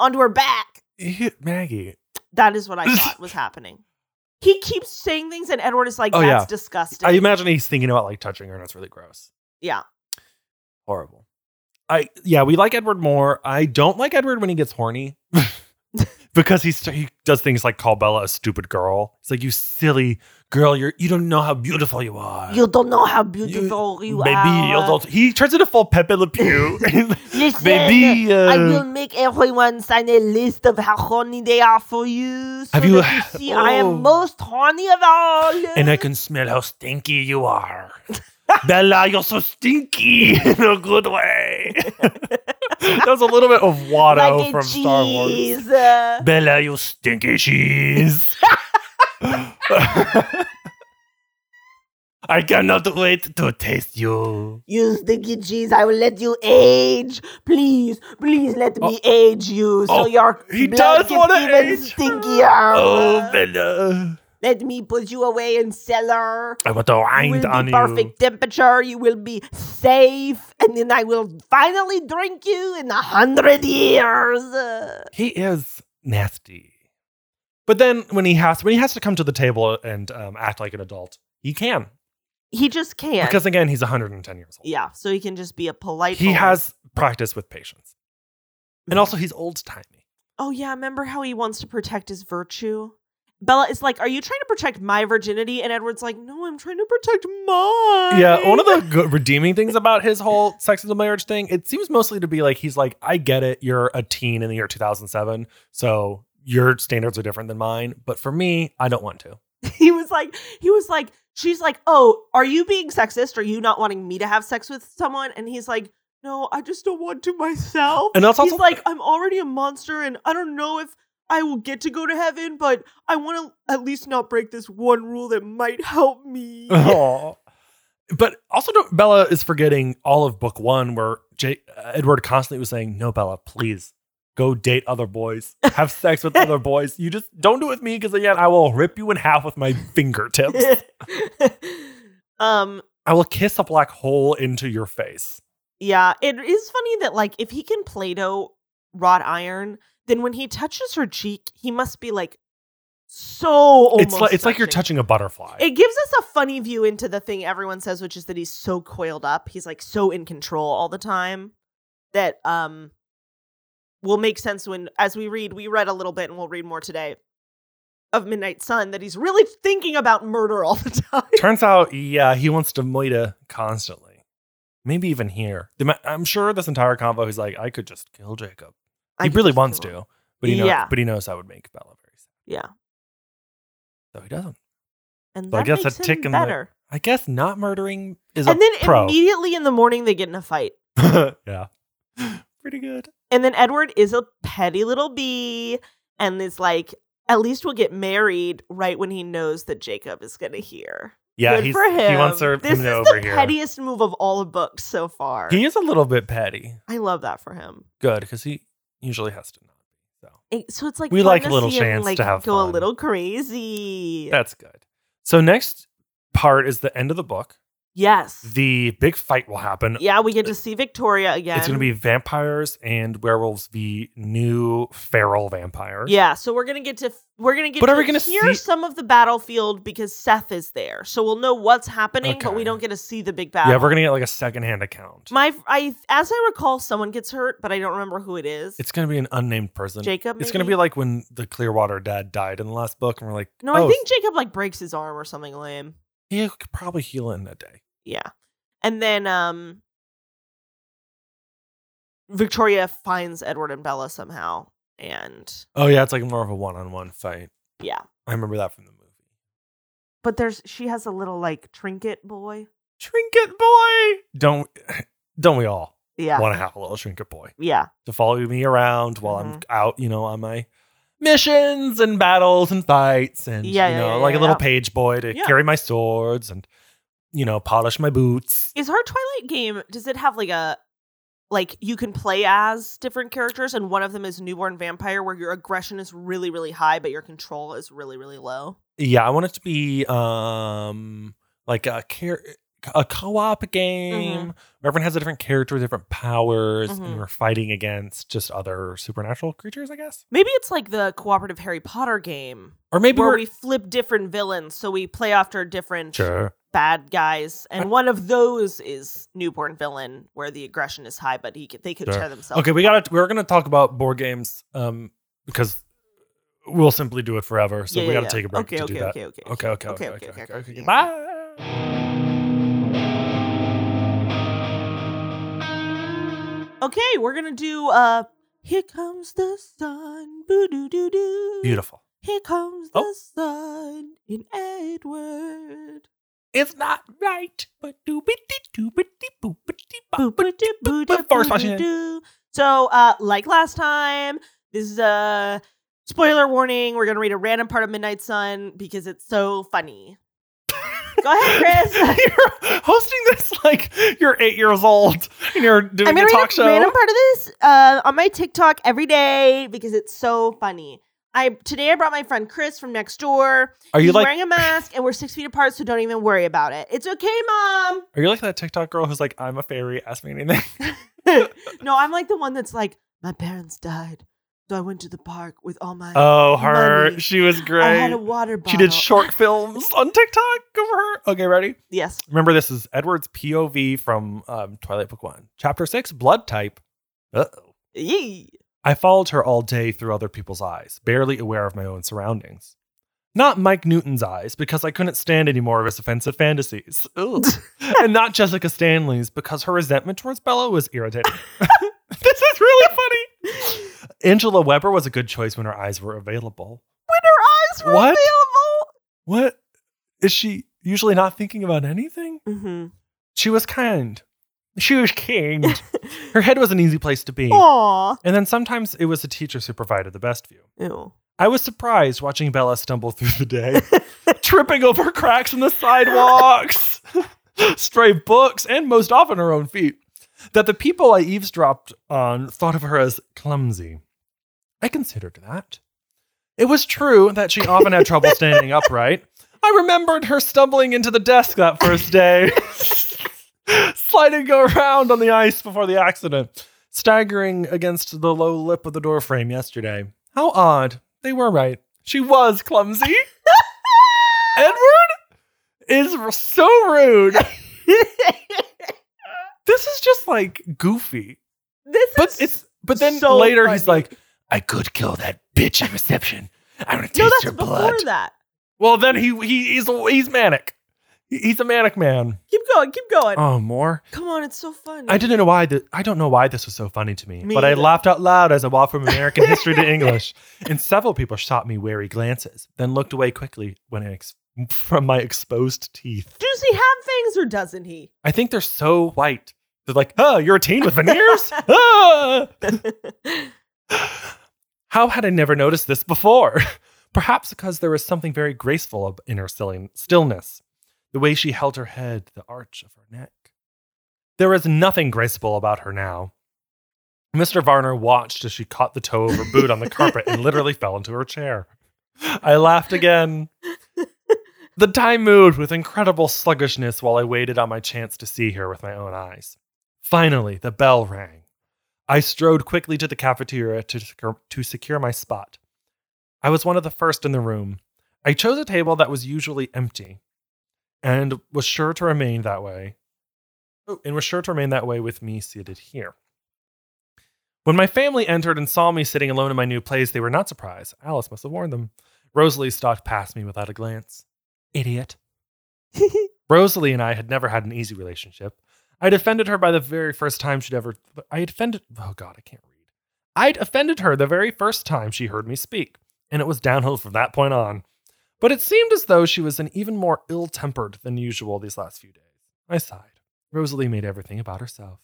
onto her back?
Ew, Maggie.
That
[LAUGHS]
is what I thought was happening. He keeps saying things, and Edward is like,
Oh,
that's
yeah.
disgusting.
I imagine he's thinking about like touching her, and it's really gross.
Yeah.
Uh, horrible. I yeah, we like Edward more. I don't like Edward when he gets horny [LAUGHS] because he's he does things like call Bella a stupid girl. It's like you silly girl, you're you don't know how beautiful you are.
you don't know how beautiful you,
baby,
are.
you don't. He turns into full Pepe Le
[LAUGHS]
Pew. [LAUGHS]
Listen,
baby, uh,
I will make everyone sign a list of how horny they are for you. So
Have you-
that
[LAUGHS]
you see I
Oh.
am most horny of all.
and I
[LAUGHS]
can smell how stinky you are. [LAUGHS] Bella, you're so stinky [LAUGHS] in a good way. [LAUGHS] that was a little bit of Watto
like a
from Star Wars.
cheese. Uh,
Bella, you stinky cheese. I cannot wait to taste you.
You stinky cheese, I will let you age. Please, please let me age you so
Oh,
your
he
blood
does
gets
wanna
even
age.
stinkier. uh,
Oh, Bella.
let me put you away in cellar.
I want to
You
wind
will
on
be
you.
perfect temperature. You will be safe, and then I will finally drink you in a hundred years. Uh,
He is nasty. But then when he has when he has to come to the table and um, act like an adult, he can.
He just can't.
Because again, he's 110 years old.
yeah, so he can just be a polite.
He
boy.
has practice with patience.
Mm.
And also he's old timey.
Oh yeah, remember how he wants to protect his virtue? Bella is like, "Are you trying to protect my virginity?" And Edward's like, "No, I'm trying to protect mine."
Yeah, one of the good redeeming things about his whole sex in the marriage thing, it seems mostly to be like he's like, I get it, you're a teen in the year 2007, so your standards are different than mine, but for me, I don't want to.
[LAUGHS] he was like, he was like, she's like, "Oh, are you being sexist? Are you not wanting me to have sex with someone?" And he's like, "No, I just don't want to myself."
And that's also
he's like, "I'm already a monster, and I don't know if." I will get to go to heaven, but I want to at least not break this one rule that might help me.
[LAUGHS]
[LAUGHS]
Aw. but also don't- Bella is forgetting all of book one where J- Edward constantly was saying, No, Bella, please go date other boys,
[LAUGHS]
have sex with other boys. You just don't do it with me because again, I will rip you in half with my fingertips.
[LAUGHS] um,
I will kiss a black hole into your face.
Yeah, it is funny that like if he can play-doh wrought iron, then when he touches her cheek, he must be like so almost
it's like it's like you're touching a butterfly.
It gives us a funny view into the thing everyone says, which is that he's so coiled up, he's like so in control all the time that um will make sense when as we read, we read a little bit and we'll read more today of Midnight Sun that he's really thinking about murder all the [LAUGHS] time.
Turns out, yeah, he wants to moita constantly. Maybe even here. The ma- I'm sure this entire convo, he's like, I could just kill Jacob.
I
he
could
really
just
wants
kill him.
to, but he knows,
Yeah.
but he knows that would make Bella very sad.
Yeah.
So he doesn't.
And
So I
that
guess a
makes him
tick in the-
better.
I guess not murdering is
and
a
then
pro.
immediately in the morning they get in a fight.
[LAUGHS] yeah, pretty good.
And then Edward is a petty little bee and is like, at least we'll get married right when he knows that Jacob is going to hear.
Yeah,
Good
he's,
for him.
he wants her him
This is
to
the
over here.
pettiest move of all the books so far.
He is a little bit petty.
I love that for him.
Good because he usually has to not. So
It- so it's like
We
fun
like
to
little
see him,
chance
like,
to have
go
fun.
a little crazy.
That's good. So next part is the end of the book.
yes.
The big fight will happen. [LAUGHS]
yeah, we get to see Victoria again.
It's going to be vampires and werewolves v new feral vampires.
Yeah, so we're gonna get to we're gonna get
But
to
are we gonna
hear
see-
some of the battlefield because Seth is there, so we'll know what's happening, but
Okay.
we don't get to see the big battle.
Yeah, we're going to get like a secondhand account.
My, I as I recall, someone gets hurt, but I don't remember who it is.
it's going to be an unnamed person.
Jacob.
It's going to
maybe?
be like when the Clearwater dad died in the last book, and we're like,
no,
oh,
I think Jacob like breaks his arm or something lame.
he could probably heal in a day.
Yeah, and then um, Victoria finds Edward and Bella somehow, and
Oh yeah, it's like more of a one-on-one fight.
Yeah.
I remember that from the movie.
but there's she has a little like trinket boy.
Trinket boy. Don't [SIGHS] don't we all
Yeah.
want to have a little trinket boy
Yeah.
to follow me around while
Mm-hmm.
I'm out, you know, on my missions and battles and fights and
Yeah,
you
yeah,
know,
yeah,
like a
yeah,
little
yeah.
page boy to
Yeah.
carry my swords and you know, polish my boots.
Is her Twilight game does it have like a like you can play as different characters and one of them is newborn vampire where your aggression is really really high but your control is really really low.
Yeah, I want it to be um like a car- a
Mm-hmm.
co-op game where everyone has a different character, different powers,
Mhm.
and we're fighting against just other supernatural creatures, I guess.
Maybe it's like the cooperative Harry Potter game
Or maybe
where
we're,
we flip different villains so we play after different
sure.
bad guys
I-
and one of those is newborn villain where the aggression is high but he could, they could
Sure.
tear themselves.
Okay, we got to we're going to talk about board games um because we'll simply do it forever. So
Yeah,
we
yeah,
got to
yeah.
take a break
okay,
to
okay,
do that.
okay, okay.
Okay, okay, okay,
Okay,
okay,
okay,
okay,
okay, okay.
okay. Bye.
Okay, we're gonna do uh Here Comes the Sun. Boo doo doo doo.
Beautiful.
Here comes the
Oh.
sun in Edward.
It's not right, but doobity doobity boopity
Boo
boop.
boo doo boo doo
Forrest
boo doo
Washington.
doo. So uh like last time, this is a spoiler warning. We're gonna read a random part of Midnight Sun because it's so funny. Go
[LAUGHS]
ahead, Chris.
[LAUGHS] you're hosting this like you're eight years old and you're doing
I'm
a
gonna
talk
read a
show.
random part of this uh, on my TikTok every day because it's so funny. I today I brought my friend Chris from next door.
Are you
He's
like
wearing a mask and we're six feet apart, so don't even worry about it. It's okay, mom.
are you like that TikTok girl who's like, I'm a fairy, ask me
[LAUGHS]
anything?
No, I'm like the one that's like, my parents died, so I went to the park with all my.
Oh, her.
Money.
She was
I had a
great.
water bottle.
She did
[LAUGHS]
short films on TikTok of her. Okay, ready?
Yes.
Remember, this is Edward's POV from um, Twilight Book One, Chapter Six, Blood Type. Uh-oh.
Yee.
I followed her all day through other people's eyes, barely aware of my own surroundings. Not Mike Newton's eyes, because I couldn't stand any more of his offensive fantasies. Ugh. [LAUGHS] and not Jessica Stanley's, because her resentment towards Bella was irritating. [LAUGHS] this is really funny. Angela Weber was a good choice when her eyes were available.
When her eyes were
What?
available.
What? Is she usually not thinking about anything? She was kind. She was kind.
[LAUGHS] Mm-hmm.
Her head was an easy place to be.
Aww.
And then sometimes it was the teachers who provided the best view.
Ew. [LAUGHS]
I was surprised watching Bella stumble [LAUGHS] through the day, tripping over [LAUGHS] cracks in the sidewalks, [LAUGHS] stray books, and most often her own feet. That the people I eavesdropped on thought of her as clumsy. I considered that. It was true that she often had trouble standing upright. I remembered her stumbling into the desk that first day, [LAUGHS] sliding around on the ice before the accident, staggering against the low lip of the doorframe yesterday. How odd. They were right. She was clumsy. Edward is r- so [LAUGHS] rude. This is just like goofy.
this
But
is
it's but then
so
later he's
funny.
like, I could kill that bitch at reception. I'm [LAUGHS] gonna taste
no, that's
her
before
blood.
that.
Well, then he, he he's he's manic. He- He's a manic man.
Keep going. Keep going.
Oh, more.
Come on, it's so funny.
I didn't know why. The, I don't know why this was so funny to me,
Me
but I
either.
laughed out loud as I walked from [LAUGHS] American history to English, and several people shot me wary glances, then looked away quickly when I ex- from my exposed teeth.
Does he have fangs or
[LAUGHS]
doesn't he? [LAUGHS]
I think they're so white. They're like, "Oh, you're a teen with veneers." Ah! How had I never noticed this before? [LAUGHS] Perhaps because there was something very graceful ab- in her silly- stillness, the way she held her head, the arch of her neck. There was nothing graceful about her now. Mr. Varner watched as she caught the toe of her boot on the carpet and literally fell into her chair. I laughed again. The time moved with incredible sluggishness while I waited on my chance to see her with my own eyes. Finally, the bell rang. I strode quickly to the cafeteria to, secure, to secure my spot. I was one of the first in the room. I chose a table that was usually empty and was sure to remain that way. oh, and was sure to remain that way with me seated here. When my family entered and saw me sitting alone in my new place, they were not surprised. Alice must have warned them. Rosalie stalked past me without a glance. Idiot. Rosalie and I had never had an easy relationship. I defended her by the very first time she'd ever. I defended. Oh God, I can't read. I'd offended her the very first time she heard me speak, and it was downhill from that point on. But it seemed as though she was an even more ill tempered than usual these last few days. I sighed. Rosalie made everything about herself.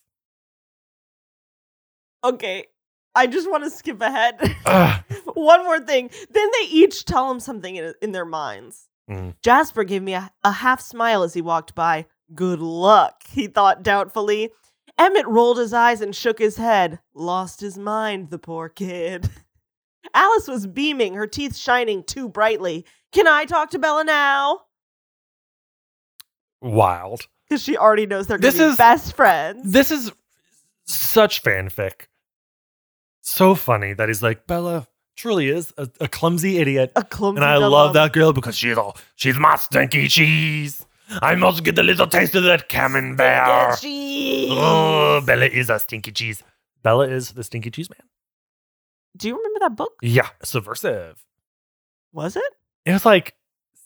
Okay. I just want to skip ahead. [LAUGHS]
Ugh.
One more thing. Then they each tell him something in, in their minds.
Mm.
Jasper gave me a, a half smile as he walked by. Good luck, he thought doubtfully. Emmett rolled his eyes and shook his head. Lost his mind, the poor kid. [LAUGHS] Alice was beaming, her teeth shining too brightly. Can I talk to Bella now?
Wild.
Because she already knows they're going
This
to be
is-
best friends.
This is such fanfic. So funny that he's like, Bella truly is a, a clumsy idiot.
a clumsy
And I
villain.
love that girl because she's all, she's my stinky cheese. I must get a little taste of that camembert.
Jeez.
Oh, Bella is a stinky cheese. Bella is the stinky cheese man.
Do you remember that book?
Yeah, subversive.
Was it?
It was like,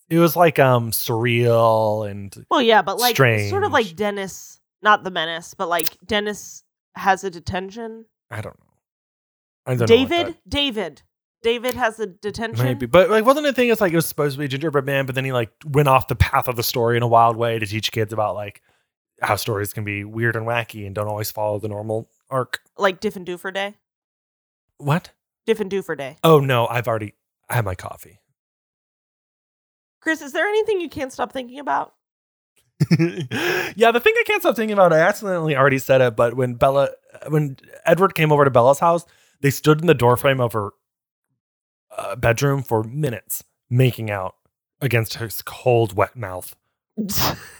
it was like um surreal and
Well, yeah, but like sort of like
Strange.
Dennis, not the Menace, but like Dennis has a detention.
I don't know. I don't know. what
David,
that-
David, David has a detention.
Maybe, but like, wasn't the thing? It's like it was supposed to be Gingerbread Man, but then he like went off the path of the story in a wild way to teach kids about like how stories can be weird and wacky and don't always follow the normal arc.
like Diff and Doofer Day.
What?
Diff and Doofer Day.
Oh no, I've already I had my coffee.
Chris, is there anything you can't stop thinking about?
[LAUGHS] yeah, the thing I can't stop thinking about, I accidentally already said it, but when Bella, when Edward came over to Bella's house, they stood in the doorframe of her uh, bedroom for minutes, making out against his cold, wet mouth.
[LAUGHS]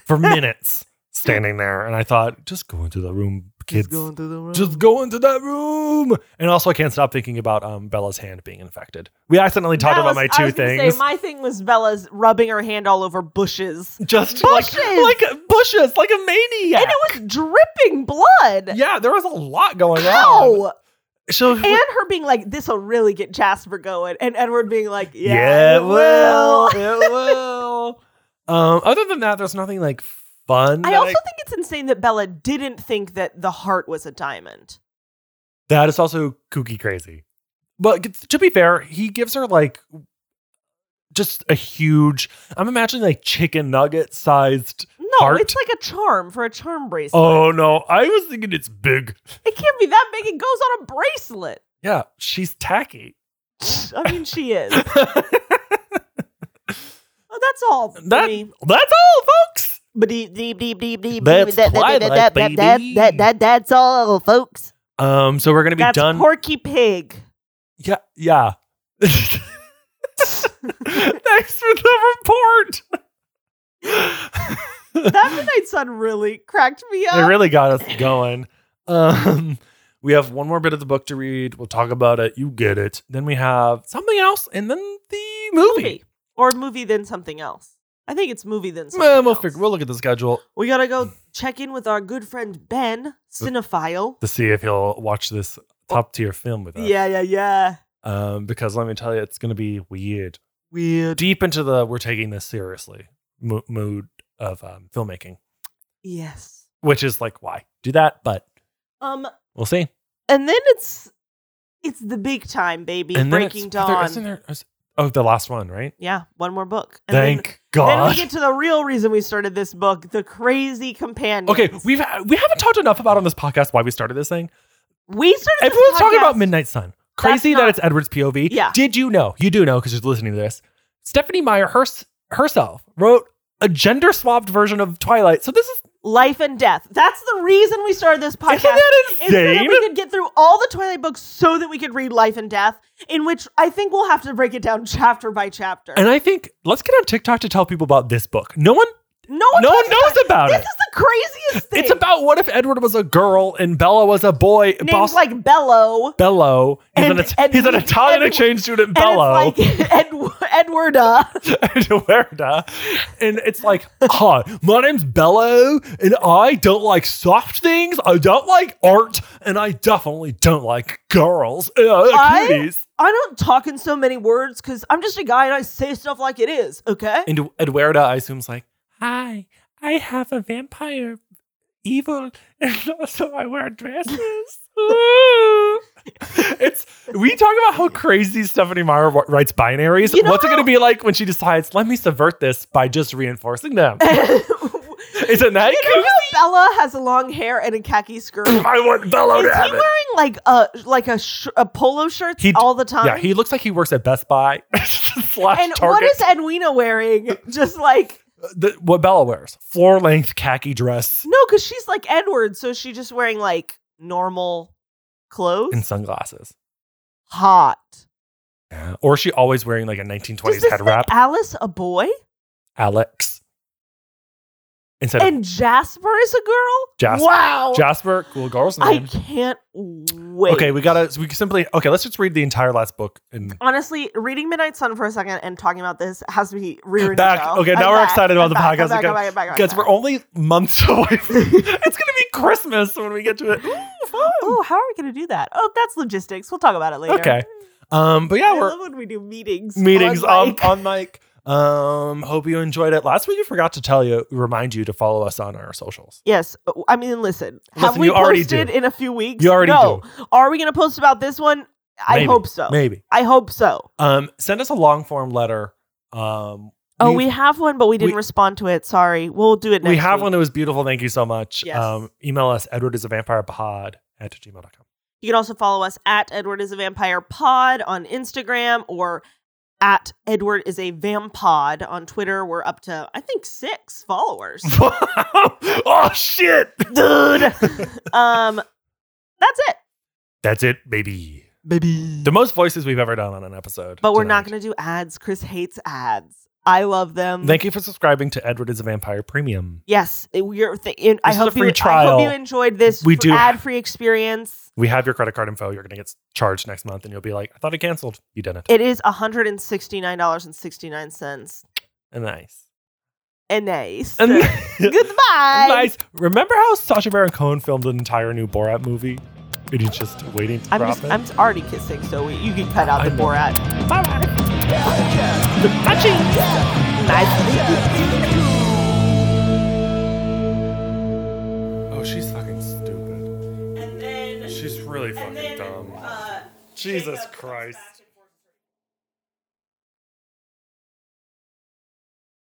for minutes standing there. And I thought, just go into the room, kids.
Just going through the room.
Just go into that room. And also, I can't stop thinking about um, Bella's hand being infected. We accidentally talked
That
about
was-
my
I
two
was gonna
things.
Say, my thing was Bella's rubbing her hand all over bushes,
just
Bushes!
like like bushes, like a maniac.
and it was dripping blood.
yeah, there was a lot going on.
Ow!
So
And her being like, "This will really get Jasper going," and Edward being like, "Yeah, it will."
it
[LAUGHS]
will. Um, other than that, there's nothing like fun.
I
that
also think it's insane that Bella didn't think that the heart was a diamond.
That is also kooky crazy. But g- to be fair, he gives her like just a huge. I'm imagining like chicken nugget sized.
No,
Heart?
it's like a charm for a charm bracelet.
Oh no, I was thinking it's big.
It can't be that big. It goes on a bracelet.
Yeah, she's tacky. [LAUGHS]
I mean, she is. Oh,
that
that's all. for
That-
me.
that's all, folks.
Beep, beep, beep, beep, beep,
That's
beep, that- that-
Twilight,
that- that- that-
baby.
that- that- That's all, folks.
Um, so we're gonna be
That's
done.
Porky Pig.
yeah, yeah. Thanks for the report.
That Midnight Sun really cracked me
It
up.
really got us going. Um, we have one more bit of the book to read. We'll talk about it. You get it. Then we have something else, and then the movie.
Movie. Or movie, then something else. I think it's movie, then something
Well, we'll,
else.
figure, we'll look at the schedule
We gotta go check in with our good friend Ben, cinephile.
to see if he'll watch this top tier film with us.
Yeah, yeah, yeah.
Um, because let me tell you, it's going to be weird.
Weird.
Deep into the we're taking this seriously mo- mood of um, filmmaking,
Yes.
which is like why do that, but
Um,
we'll see.
and then it's it's the big time, baby.
And then
Breaking
it's, but there-
Dawn.
isn't there- is- oh, the last one, right?
yeah, one more book. And
Thank
then,
God.
Then we get to the real reason we started this book, the crazy companion.
Okay, we've we haven't talked enough about on this podcast why we started this thing.
we started. this
Everyone's talking
podcast-
about Midnight Sun. Crazy
not-
that it's Edward's POV.
Yeah.
Did you know? You do know because you're listening to this. Stephanie Meyer hers- herself wrote a gender swapped version of Twilight. So this is
life and death. That's the reason we started this podcast.
isn't that
is so that
insane?
we could get through all the Twilight books so that we could read Life and Death, in which I think we'll have to break it down chapter by chapter.
And I think let's get on TikTok to tell people about this book. No one,
no one,
no one
talks
knows about
this
it.
is the craziest thing.
It's about what if Edward was a girl and Bella was a boy.
names
Boss
like Bello.
Bello. He's,
And-
an, It-
and
he's an
we-
Italian
and-
exchange student. Bello.
And
[LAUGHS]
it's like Ed- Edwarda.
Eduarda. And it's like, hi, my name's Bello, and I don't like soft things. I don't like art, and I definitely don't like girls. Uh,
I-
cuties.
I don't talk in so many words because I'm just a guy and I say stuff like it is, okay?
And Eduarda, I assume, is like, hi, I have a vampire evil, and also I wear
[LAUGHS]
dresses. [LAUGHS] Ooh. it's we talk about how crazy Stephanie Meyer wa- writes binaries.
You know
What's it going
how-
to be like when she decides? Let me subvert this by just reinforcing them.
[LAUGHS] you
Isn't that
know
crazy?
how Bella has long hair and a
[CLEARS THROAT]
khaki skirt? Is
[LAUGHS] I want Bello
he
to have it.
wearing like a like a sh- a polo shirt
He d-
all the time?
Yeah, he looks like he works at Best Buy [LAUGHS] slash
and what
Target. Uh,
is Edwina wearing? [LAUGHS] Just like
The- what Bella wears? Floor length khaki dress
no, because she's like Edward, so she's just wearing like normal clothes.
and sunglasses.
Hot.
Yeah. Or is she always wearing like a 1920s
Does this
head
make
wrap?
Alice a boy
Alex. Instead
and Jasper is a girl?
Jasper.
Wow.
of Jasper, cool girl's
I
name.
can't wait.
okay, we gotta we simply okay, let's just read the entire last book and
Honestly, reading Midnight Sun for a second and talking about this has me rearing
Back.
To go.
Okay, now
I'm
we're
back.
excited about
I'm
the
back. I'm
podcast
back,
again.
I'm back, I'm back, Oh, I'm
because
back.
we're only months [LAUGHS] away from it's gonna be Christmas when we get to
[LAUGHS]
it. Ooh, fun.
Oh, how are we going to do that? Oh, that's logistics. We'll talk about it later.
Okay. Um but yeah,
I
we're
love when we do meetings.
meetings
on,
on,
like-
on mic. Um, hope you enjoyed it. Last week, I forgot to tell you, remind you to follow us on our socials.
Yes, I mean, listen. have
Listen,
we
you already
posted
do.
in a few weeks?
You already
no. Are we going to post about this one? I
Maybe.
hope so.
Maybe.
I hope so.
Um, send us a long form letter. Um,
Oh,
we've-
we have one, but we didn't
we-
respond to it. Sorry, we'll do it. next
we have
week.
one. It was beautiful. Thank you so much.
Yes.
Um, email us Edward is a vampire pod at gmail.com.
You can also follow us at Edward is a Vampire Pod on Instagram or at Edward is a Vampod on Twitter. We're up to, I think, six followers. [LAUGHS]
oh shit, [LAUGHS] dude.
um, That's it.
That's it, baby.
Baby.
The most voices we've ever done on an episode.
But we're not going to do ads. Chris hates ads. I love them.
Thank you for subscribing to Edward is a Vampire Premium.
Yes, it- we're th- in, I
This is a
hope
free
you. I
trial.
hope you enjoyed this.
We do-
ad-free experience.
We have your credit card info. You're going to get s- charged next month, and you'll be like, "I thought it canceled. You didn't."
It is one hundred and sixty nine dollars and sixty nine cents. [LAUGHS]
nice.
And nice.
And- [LAUGHS]
Goodbye.
nice. Remember how Sasha Baron Cohen filmed an entire new Borat movie? And he's just waiting to
I'm
drop
just,
it.
I'm already kissing, so we, you can cut out the
I know.
Borat.
oh, she's fucking stupid. She's really fucking dumb. [LAUGHS] Jesus Christ.